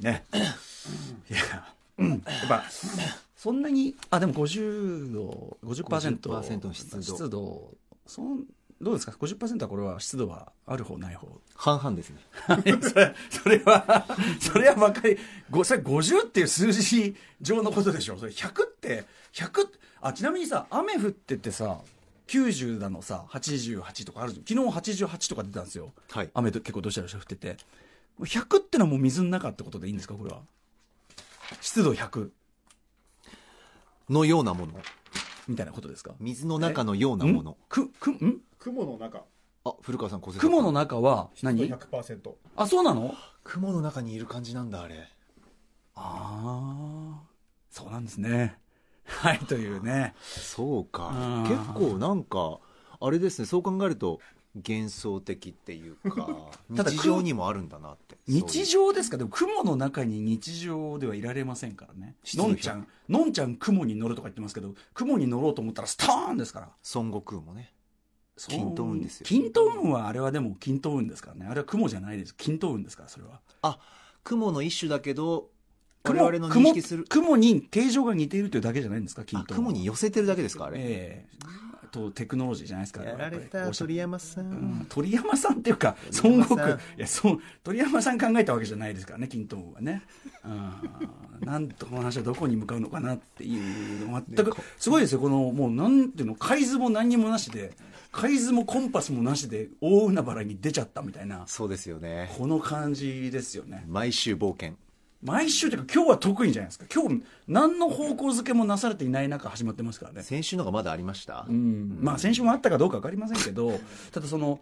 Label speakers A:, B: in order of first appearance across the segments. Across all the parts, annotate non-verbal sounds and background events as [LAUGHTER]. A: ね。いや、うん、やっぱ、そんなに、あ、でも50度、50%,
B: 50%の湿度
A: 湿度そんどうですか ?50% はこれは湿度はある方ない方
B: 半々ですね。
A: それそれは、それはばかり、ごそれ50っていう数字上のことでしょ。それ100って、100、あ、ちなみにさ、雨降っててさ、90だのさ、88とかあるじゃん昨日88とか出たんですよ。
B: はい
A: 雨と結構どしゃどしゃ降ってて。100ってのはもう水の中ってことでいいんですかこれは。湿度100
B: のようなもの。
A: みたいなことですか
B: 水の中のようなもの。
A: く、く、ん
C: 雲の中
B: あ、古川さん、小瀬さん
A: 雲の中は
C: 湿
A: 何
C: 度100%
A: あ、そうなの
B: 雲の中にいる感じなんだ、あれ。
A: ああ、そうなんですね。 [LAUGHS] はい、というね。
B: そうか
A: あ。
B: 結
A: ー
B: 構なんか、あれですね、そう考えると、幻想的っていうか、 [LAUGHS]
A: ただ
B: 日常にもあるんだなって。
A: 日常ですかでも雲の中に日常ではいられませんからね。
B: 湿
A: の
B: 度
A: んちゃん、のんちゃん雲に乗るとか言ってますけど、雲に乗ろうと思ったらスターンですから。
B: そういう孫悟空もね。均等運ですよ
A: 均等運はあれはでも均等運ですからね。あれは雲じゃないです。均等運ですから、それは。
B: あ、雲の一種だけど、我
A: 雲
B: 々の認識する。
A: 雲雲に形状が似ているというだけじゃないんですか均
B: あ
A: 等運は
B: 雲に寄せてるだけですか、あれ。
A: ええとテクノロジーじゃないですか。
B: やられ
A: やっぱり
B: た
A: おしゃ
B: 鳥山さ
A: うんん。鳥山さんっていうか、
B: 鳥
A: 孫悟空、
B: 山さん
A: いや、そう、鳥山さん考えたわけじゃないですからね、金東はね。うん、なんとこの話はどこに向かうのかなっていうの、全く、すごいですよ、この、もう、なんていうの、海図も何にもなしで、海図もコンパスもなしで、大海原に出ちゃったみたいな、
B: そうですよね。
A: この感じですよね。
B: 毎週冒険。
A: 毎週というか、今日は特にじゃないですか。今日、何の方向づけもなされていない中、始まってますからね。
B: 先週のがまだありました
A: うんまあ先週もあったかどうか分かりませんけど、ただその、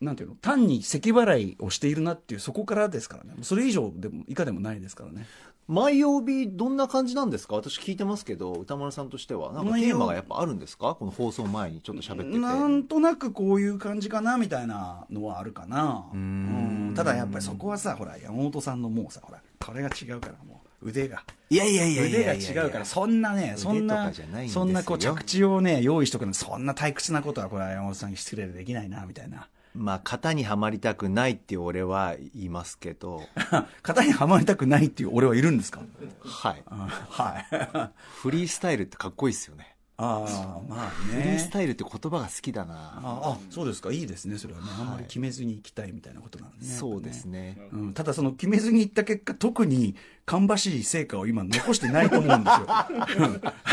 A: なんていうの、単に咳払いをしているなっていう、そこからですからね、それ以上でも以下でもないですからね、
B: 毎曜日どんな感じなんですか私聞いてますけど歌丸さんとしてはなんかテーマがやっぱあるんですかこの放送前にちょっと喋
A: な
B: ってて
A: んとなくこういう感じかなみたいなのはあるかな、
B: ん
A: うんただやっぱりそこはさ、ほら、山本さんのもうさ、ほら、これが違うから、もう腕が。
B: いやいやいや
A: 腕
B: いやいや
A: が
B: いや
A: 違うから、そんなね、そん
B: 腕と
A: な
B: かじゃないん、ですよ
A: そんなこう着地をね、用意しとくの、そんな退屈なことは、これは山本さんに失礼でできないな、みたい [LAUGHS] な。
B: まあ型にはまりたくないって俺は言いますけ [LAUGHS] ど
A: 型にはまりたくないっていう俺はいるんですか
B: はい
A: うん [LAUGHS] はい。
B: フリースタイルってかっこいいですよね
A: ああ、まあ
B: フリー
A: ね
B: ス。タイルって言葉が好きだな
A: ああ、そうですか。いいですね。それはね。あんまり決めずに行きたいみたいなことなんですね。
B: そうですね
A: やっぱね。うん、ただその決めずに行った結果、特に芳しい成果を今残してないと思うんですよ。
B: [LAUGHS]
A: うんあ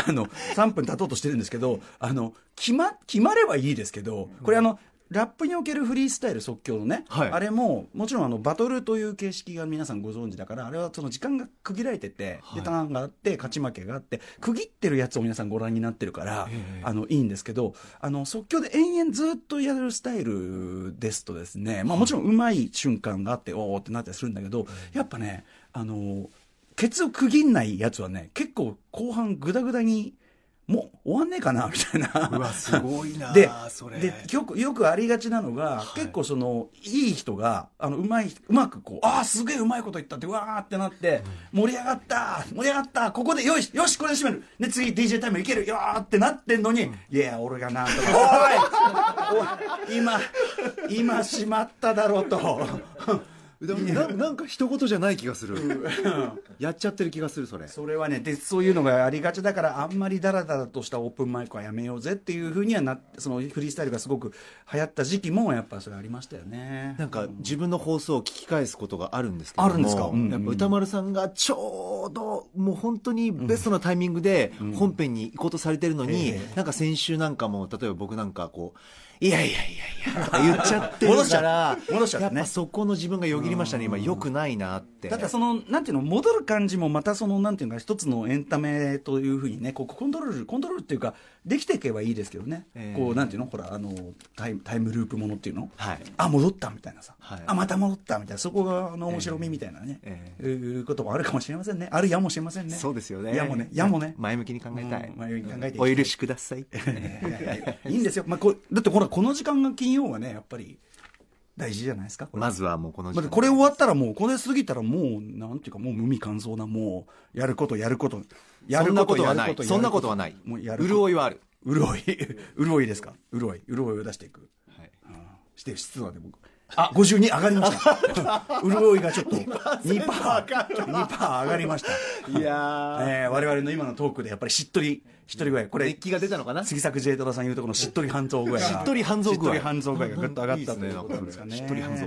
A: の、3分経とうとしてるんですけど、あの、決ま、決まればいいですけど、これあの、ラップにおけるフリースタイル即興のね、
B: はい
A: あれも、もちろんあの、バトルという形式が皆さんご存知だから、あれはその時間が区切られてて、
B: はい
A: で、ターンがあって、勝ち負けがあって、区切ってるやつを皆さんご覧になってるから、あの、いいんですけど、あの、即興で延々ずっとやるスタイルですとですね、まあもちろんうまい瞬間があって、おーってなったりするんだけど、やっぱね、あの、ケツを区切んないやつはね、結構後半グダグダに、もう終わんねえかな、みたいな。
B: うわすごいな
A: で
B: それ
A: でよくよくありがちなのが、結構そのいい人があのうまいうまくこうああすげえうまいこと言ったってうわーってなって、盛り上がった盛り上がったここでよしよしこれで締めるで次 DJ タイムいけるよーってなってんのに、いや俺がなんとかおいおい今今しまっただろうと [LAUGHS]
B: でもななんか一言じゃない気がするやっちゃってる気がするそれ
A: それはねでそういうのがありがちだからあんまりダラダラとしたオープンマイクはやめようぜっていうふうにはなってそのフリースタイルがすごく流行った時期もやっぱそれありましたよね
B: なんか自分の放送を聞き返すことがあるんですけども
A: あるんですかうんうん
B: やっぱ歌丸さんがちょうどもう本当にベストなタイミングで本編に行こうとされてるのに、なんか先週なんかも例えば僕なんかこう「いやいやいやいや」とか言っちゃってるから
A: 戻しちゃった戻しちゃったね
B: やっぱそこの自分がよぎりましたね今よくないなって
A: ただそのなんていうの戻る感じもまたそのなんていうか一つのエンタメというふうにねこうコントロールコントロールっていうかできていけばいいですけどね、
B: ええ
A: こうなんていうのほらあのタイムタイムループものっていうの、
B: はい
A: あ戻ったみたいなさ、
B: はい
A: あまた戻ったみたいなそこがあの面白みみたいなね、
B: え
A: いうこともあるかもしれませんねあるやもしれませんね
B: そうですよね
A: やもねやもね
B: 前向きに考えたい、
A: うん前向きに考えていきた
B: お
A: い
B: 許しくださ
A: [LAUGHS]
B: いってね
A: いいんですよ、まあ、こうだってほらこの時間が金曜はねやっぱり大事じゃないですかこれ
B: まずはもうこの時
A: まあ
B: 間
A: これ終わったらもうこれ過ぎたらもうなんていうかもう無味乾燥なもうやることやることや
B: そ
A: る
B: んなことは
A: や
B: な
A: る
B: いそんなことはない
A: もうやること
B: 潤いはある、
A: [LAUGHS] 潤い潤いですか潤い潤いを出していく
B: はい
A: して湿度はでもあ、52上がりま [LAUGHS] した。潤いがちょっと2%、2%
B: 上がる
A: 上がりました。
B: いやー、
A: えー、我々の今のトークでやっぱりしっとり、しっとり具合、こ
B: 熱
A: れ、
B: 気が出たのかな
A: 杉作 J 太郎さん言うとこのしっとり半蔵具合が。
B: しっとり半蔵
A: しっ
B: 具合
A: とり半蔵具合がぐっと上がったと
B: いい
A: い
B: で
A: う
B: すね
A: ことなんですかね。
B: しっとり半蔵。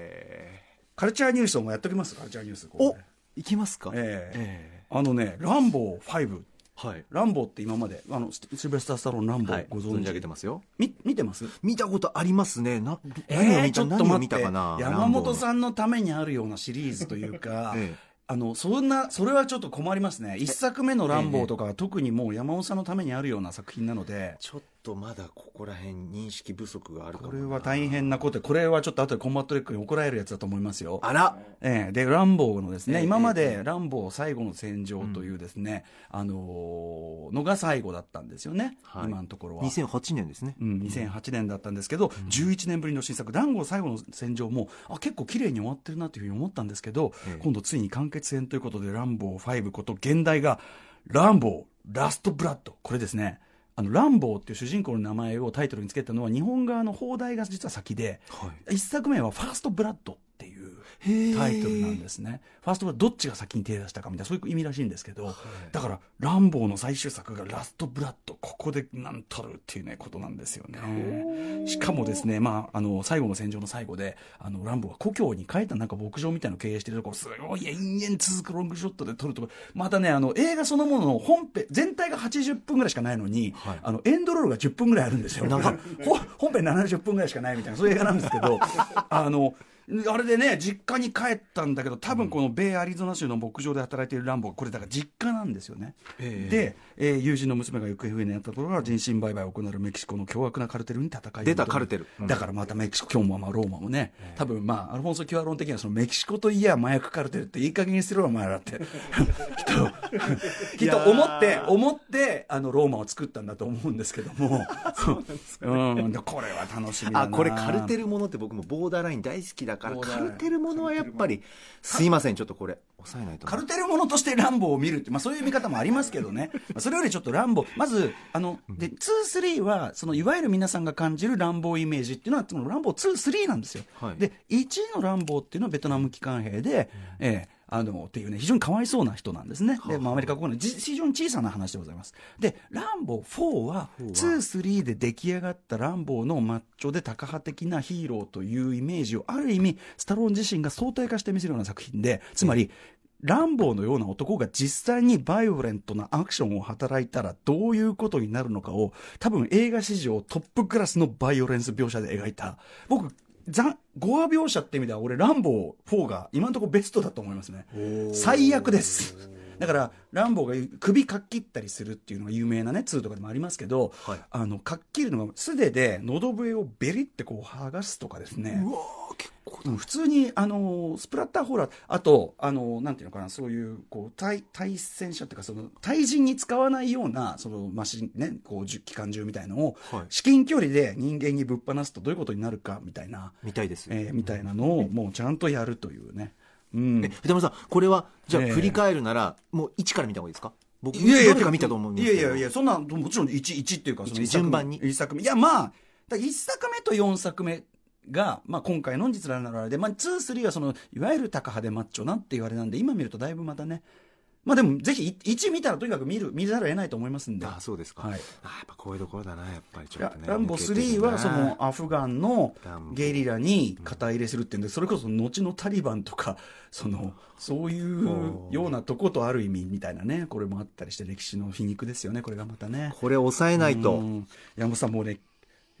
B: え
A: カルチャーニュースをもうやっときますカルチャーニュース。
B: ー、お
A: こ
B: いきますか
A: れえー
B: え
A: あのね、ランボー5。
B: ーはい。
A: ランボーって今まで、あの、シシルベスター・スタローン、ランボ
B: は
A: ー
B: い、
A: ご
B: ご
A: 存知
B: 存じ上げてますよ。
A: み見てます
B: 見たことありますね。な、何を
A: えー
B: 見
A: ち
B: た、
A: ょっと
B: 何を
A: 待
B: 見
A: ったて
B: かな
A: 山本
B: ん。、
A: さんのためにあるようなシリーズというか
B: ええ
A: あのそんなそれはちょっと困りますね一作目の「ランボー」とかは特にもう山本さんのためにあるような作品なので、
B: ちょっとまだここら辺認識不足があるかも
A: こ
B: な
A: れは大変なことでこれはちょっと後でコンバットレックに怒られるやつだと思いますよ
B: あら、
A: ええ、で、ランボーのですね、今までランボー最後の戦場というですね、あのーのが最後だったんですよね、
B: はい
A: 今のところは。
B: 2008年ですね。
A: うん、2008年だったんですけど、11年ぶりの新作「団子最後の戦場も」あ結構綺麗に終わってるなというふうに思ったんですけど、
B: ええ
A: 今度ついに完結編ということで「ランボー5」こと現代が「ランボーラストブラッド」これですねあのランボーっていう主人公の名前をタイトルにつけたのは日本側の放題が実は先で
B: は
A: 一作目は「ファーストブラッド」っていう
B: い
A: タイトルなん
B: す。
A: ですね。ファーストはどっちが先に手出したかみたいな、そういう意味らしいんですけど、だから、ランボーの最終作がラストブラッド、ここでなんたるっていうね、ことなんですよね。しかもですね、まあ、あの、最後の戦場の最後で、あの、ランボーは故郷に帰ったなんか牧場みたいなのを経営してるところ、すごい延々続くロングショットで撮るとこまたね、あの、映画そのものの本編、全体が80分ぐらいしかないのに、
B: はい
A: あの、エンドロールが10分ぐらいあるんですよ。
B: なんか
A: ほ本編70分ぐらいしかないみたいなそういう映画なんですけど [LAUGHS] あのあれでね実家に帰ったんだけど多分この米アリゾナ州の牧場で働いているランボーこれだから実家なんですよね、
B: ええ
A: で、えー友人の娘が行方不明になった頃から人身売買を行うメキシコの凶悪なカルテルに戦いを挑む
B: 出たカルテルうん
A: だからまたメキシコ今日もまあローマもね多分まあアルフォンソ・キュアロン的にはそのメキシコといえば麻薬カルテルっていい加減にするお前らってきっときっと思って思ってあのローマを作ったんだと思うんですけども
B: [LAUGHS]
A: うん、でこれは楽しみだな
B: あ、これカルテ
A: ル
B: ルものって僕もボーダーライン大好きだから、
A: ボーダー
B: カ
A: ライン
B: ルテルものはやっぱり、すいません、ちょっとこれ、抑えないと。
A: カルテルものとしてランボーを見るって、まあ、そういう見方もありますけど
B: [LAUGHS]
A: ね、まあそれよりちょっとランボー、まず、あので2、3はそのいわゆる皆さんが感じるランボーイメージっていうのは、そのランボー2、3なんですよ、
B: はい
A: で1のランボーっていうのはベトナム機関兵で、ええあのっていうね、非常にかわいそうな人なんですね、でまあ、アメリカ国内、じ非常に小さな話でございます。で、ランボー4は、2、3で出来上がったランボーのマッチョで、タカ派的なヒーローというイメージを、ある意味、スタローン自身が相対化して見せるような作品で、つまり、ランボーのような男が実際にバイオレントなアクションを働いたらどういうことになるのかを多分映画史上トップクラスのバイオレンス描写で描いた僕ざ5話描写って意味では俺ランボー4が今のところベストだと思いますね最悪ですだからランボーが言う首かっきったりするっていうのが有名なね2とかでもありますけど、
B: はい
A: あのかっきるのが素手で喉笛をベリってこう剥がすとかですね
B: うわー結構
A: うん普通に、あのースプラッターホラー、あと、あのーなんていうのかな、そういう、こう、対、対戦車っていうか、その、対人に使わないような、その、マシン、ね、こう、じゅ機関銃みたいのを、
B: はい
A: 至近距離で人間にぶっ放すとどういうことになるか、みたいな、
B: 見たいです。
A: えーみたいなのを、もうちゃんとやるというね。うん
B: え。藤村さん、これは、じゃあ
A: ええ
B: 振り返るなら、もう1から見た方がいいですか僕、
A: いやいや
B: どれか見たと思うんですけど。
A: いやいやいや、そんな、もちろん1、1っていうか、その一作目
B: 順番に
A: 一作目。いや、まあ、だ1作目と4作目が、まあ今回の実らならで、まあ2、3はその、いわゆる高派でマッチョなって言われなんで、今見るとだいぶまたね、まあでも、ぜひ1見たらとにかく見る、見ざるを得ないと思いますんで。
B: あ、そうですか。
A: はい
B: あ、やっぱこういうところだな、やっぱりちょ
A: ラ
B: っとね。
A: ランボ
B: 抜けて
A: 3
B: るな
A: はその、アフガンの
B: ランボ
A: ゲリラに肩入れするっていうんで、それこそ後のタリバンとか、その、そういうようなとことある意味みたいなね、これもあったりして歴史の皮肉ですよね、これがまたね。
B: これ抑えないと
A: う。ん山本さんもうね、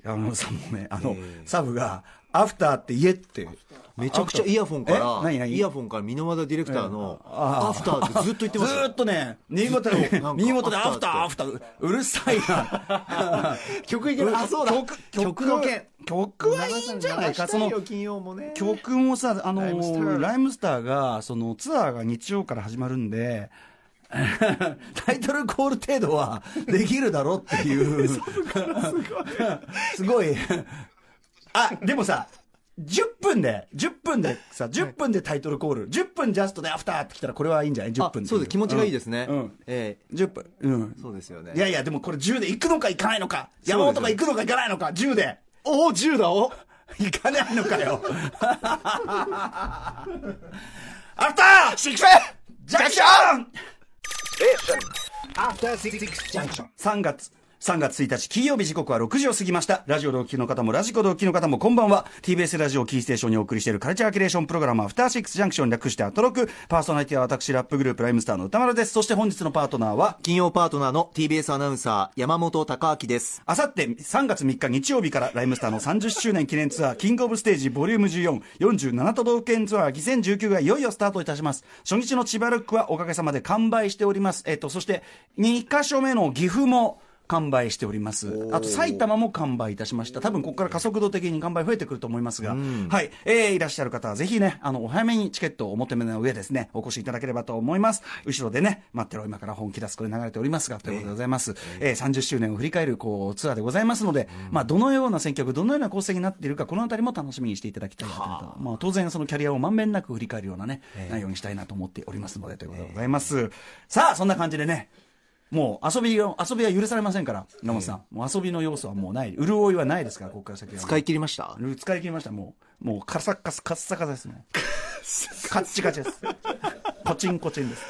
A: 山本さんもね、あの、
B: ええ
A: サブが、アフターって言えって。
B: めちゃくちゃイヤフォンか
A: え
B: ら、
A: 何何
B: イヤフォンから箕輪田ディレクターの、アフターってずっと言ってま
A: ず
B: す
A: ーっとね、新潟で
B: なんか、
A: 新潟でア
B: ア
A: フ
B: フ
A: タ
B: タ
A: ー、
B: ー
A: アフター、うるさいな。
B: 曲い
A: [LAUGHS] あ、そうだ。曲、曲の件。曲はいいんじゃないか、その、
B: 金曜もね
A: 曲もさ、あの
B: ライムスター
A: ライムスターが、そのツアーが日曜から始まるんで、 [LAUGHS] タイトルコール程度はできるだろうって
B: [LAUGHS]
A: いう。すごい。あ、でもさ、10分で、10分でさ、10分でタイトルコール、10分ジャストでアフターってきたらこれはいいんじゃない ?10
B: あ
A: 分ってい
B: そうです気持ちがいいですね、
A: うんうん
B: え
A: 10分。うん
B: え。そうですよね
A: いやいや、でもこれ10で行くのか行かないのか、山本が行くのか行かないのか、10で。
B: おお10だお
A: 行かないのか [LAUGHS] よ。
B: アフターシックス
A: ジャンクション
C: After Six Junction.
A: 3月。3月1日金曜日時刻は6時を過ぎました。ラジオ同期の方もラジコ同期の方もこんばんは。TBS ラジオキーステーションにお送りしているカルチャーキュレーションプログラムアフターシックスジャンクション略してアトロク。パーソナリティは私ラップグループライムスターの歌丸です。そして本日のパートナーは、
B: 金曜パートナーの TBS アナウンサー山本隆明です
A: あさって3月3日日曜日からライムスターの30周年記念ツアーキングオブステージボリューム14、47都道府県ツアー2019がいよいよスタートいたします。初日の千葉ルックはおかげさまで完売しております。えっと、そして2カ所目の岐阜も完売しております。あと埼玉も完売いたしました。多分ここから加速度的に完売増えてくると思いますが、はい、えー、いらっしゃる方はぜひね、あの、お早めにチケットをお求めの上ですね、お越しいただければと思います。後ろでね、待ってろ今から本気出すこれ流れておりますが、ということでございます。えー30周年を振り返るこうツアーでございますので、まあ、どのような選曲、どのような構成になっているか、このあたりも楽しみにしていただきたいなというのと、まあ、当然、そのキャリアをまんべんなく振り返るようなね、内容にしたいなと思っておりますので、ということでございます。さあ、そんな感じでね、もう遊びを、遊びは許されませんから、野本さん。もう遊びの要素はもうない。潤いはないですから、ここから先は。
B: 使い切りました
A: うん使い切りました、もう。もう、カサッカス、カッサカサですね。カッチカチです。コチンコチンです。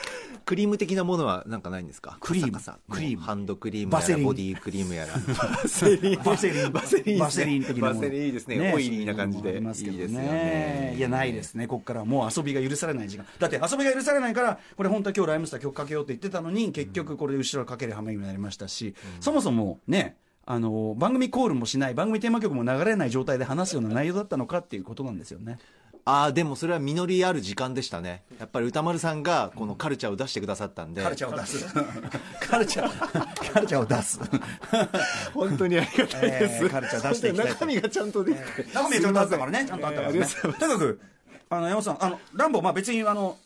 B: クリーム的なものはなんかないんですか
A: クリーム
B: カサカサ
A: クリーム
B: ハンドクリーム
A: バ
B: や
A: セ
B: ら
A: リン
B: ボディクリームやらバセリン
A: バセリン、
B: [LAUGHS] バセリン
A: バセリン的なもの
B: バセリンいいですねオイリーな感じで
A: そういうのもありますけど
B: いいですよね
A: いや、ないですね。ここからはもう遊びが許されない時間。だって遊びが許されないから、これ本当は今日ライムスター曲かけようって言ってたのに、結局これで後ろかける羽目になりましたし、そもそもね、あの、番組コールもしない、番組テーマ曲も流れない状態で話すような内容だったのかっていうことなんですよね。
B: ああでもそれは実りある時間でしたねやっぱり歌丸さんがこのカルチャーを出してくださったんで
A: カルチャーを出す。カルチャー、カルチャーを出 [LAUGHS] す。
B: 本当にありがたいです、
A: えーカルチャー出していきたいと
B: 中身がちゃんとできて、
A: 中身はちゃんとあったからね、ちゃんとあったからね。とにかく、あの、山本さん、あの、ランボー、まあ別に、あの、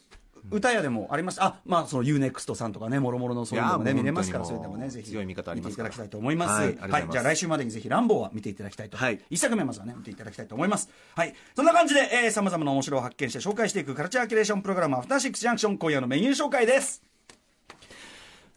A: 歌屋でもありました。あ、まあ、その UNEXT さんとかね、もろもろのそういうのもね、
B: いやーもう
A: 見れますから、
B: 本
A: そ
B: 当
A: れ
B: に
A: でもね、ぜひ。
B: 強い味方ありますから
A: 見ていただきたいと思います。
B: はい
A: はい
B: ありがとうございます
A: じゃあ来週までにぜひランボーは見ていただきたいと。
B: はい
A: 一作目まずはね、見ていただきたいと思います。はい。そんな感じで、えー、様々な面白を発見して紹介していくカルチャーキュレーションプログラム、アフターシックスジャンクション、今夜のメニュー紹介です。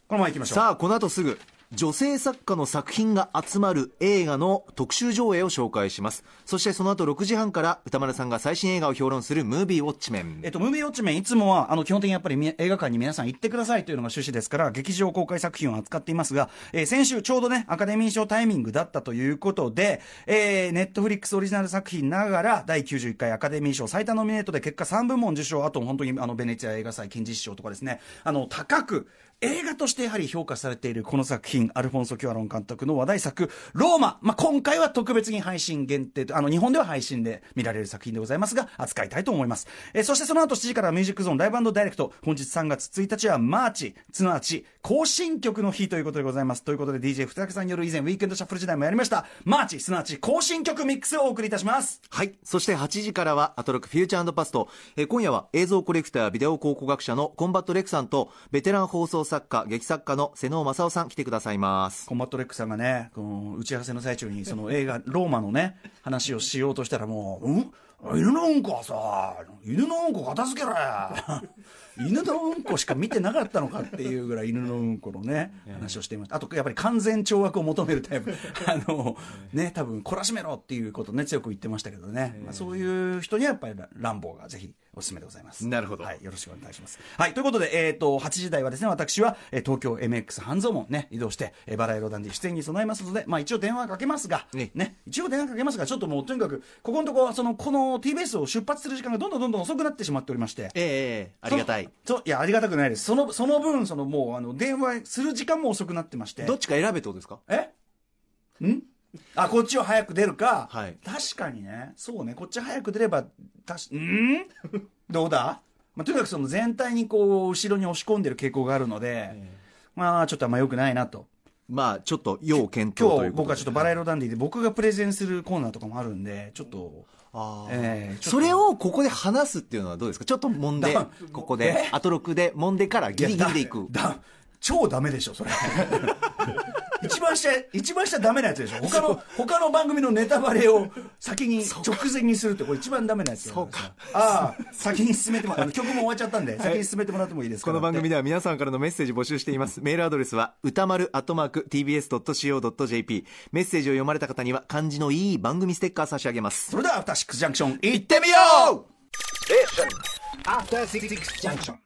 A: このまま行きましょう。
B: さあこの後すぐ女性作家の作品が集まる映画の特集上映を紹介しますそしてその後6時半から歌丸さんが最新映画を評論するムービーウォッチメン
A: えっと、ムービーウォッチメン、いつもは、あの、基本的にやっぱりみ映画館に皆さん行ってくださいというのが趣旨ですから、劇場公開作品を扱っていますが、えー先週ちょうどね、アカデミー賞タイミングだったということで、えー、ネットフリックスオリジナル作品ながら、第91回アカデミー賞最多ノミネートで結果3部門受賞、あと本当にあの、ベネチア映画祭金獅子賞とかですね、あの、高く、映画としてやはり評価されているこの作品、アルフォンソ・キュアロン監督の話題作、ローマ。まあ、今回は特別に配信限定と、あの、日本では配信で見られる作品でございますが、扱いたいと思います。えーそしてその後7時からミュージックゾーンライブダイレクト。本日3月1日はマーチ、すなわち、更新曲の日ということでございます。ということで DJ 二竹さんによる以前、ウィークエンドシャッフル時代もやりました、マーチ、すなわち、更新曲ミックスをお送りいたします。
B: はい。そして8時からは、アトロックフューチャーパスト。えー今夜は映像コレクター、ビデオ考古学者のコンバットレクさんと、ベテラン放送作家、劇作家の瀬能正夫さん来てくださいます。
A: コンバットレックさんがね、この打ち合わせの最中に、その映画、ローマのね、話をしようとしたらもう、うん犬のうんこはさ、犬のうんこ片付けろや。 [LAUGHS] 犬のうんこしか見てなかったのかっていうぐらい犬のうんこのね、話をしていました。あと、やっぱり完全懲悪を求めるタイプ。
B: [LAUGHS]
A: あの、ね、多分、懲らしめろっていうことね、強く言ってましたけどね。まあ、そういう人にはやっぱりラランボーがぜひおすすめでございます。
B: なるほど
A: はい、よろしくお願いします。はい、ということで、えっ、と、8時台はですね、私は、えー東京 MX 半蔵門ね、移動して、えーバラエロダンで出演に備えますので、まあ一応電話かけますが、
B: ね
A: ね、一応電話かけますが、ちょっともうとにかく、ここのところは、その、この TBS を出発する時間がどんどんどんどん遅くなってしまっておりまして、
B: ええええありがた
A: その。
B: い。
A: そう、いや、ありがたくないです。その、その分、その、もう、あの、電話する時間も遅くなってまして。
B: どっちか選べってことですか
A: えんあ、こっちを早く出るか。
B: はい
A: 確かにね。そうね。こっち早く出れば、たし、んどうだ、まあ、とにかくその全体にこう、後ろに押し込んでる傾向があるので、まあ、ちょっとあんま良くないなと。
B: まあ、ちょっと要検討と
A: 今日
B: いうこと
A: 僕
B: で
A: はちょっとバラエロダンディで僕がプレゼンするコーナーとかもあるんで、ちょっと、
B: あー
A: ええちょっと
B: それをここで話すっていうのはどうですかちょっと揉んで
A: だ、
B: ここで、アト [LAUGHS] ロックで揉んでからギリギリでいく。
A: [LAUGHS] だ、だ超ダメでしょ、それ。一番番下、一番下ダメなやつでしょ。他の、他の番組のネタバレを先に、直前にするって、これ一番ダメなやつなんですよああ、先に進めてもらって、曲も終わっちゃったんで、先に進めてもらってもいいですか
B: この番組では皆さんからのメッセージ募集しています。 [LAUGHS] メールアドレスは、歌丸アットマーク tbs.co.jp。メッセージを読まれた方には、漢字のいい番組ステッカー差し上げます。
A: それでは、アフターシックスジャンクション、行っ
B: 行ってみよう
A: アフターシックスジャンクション。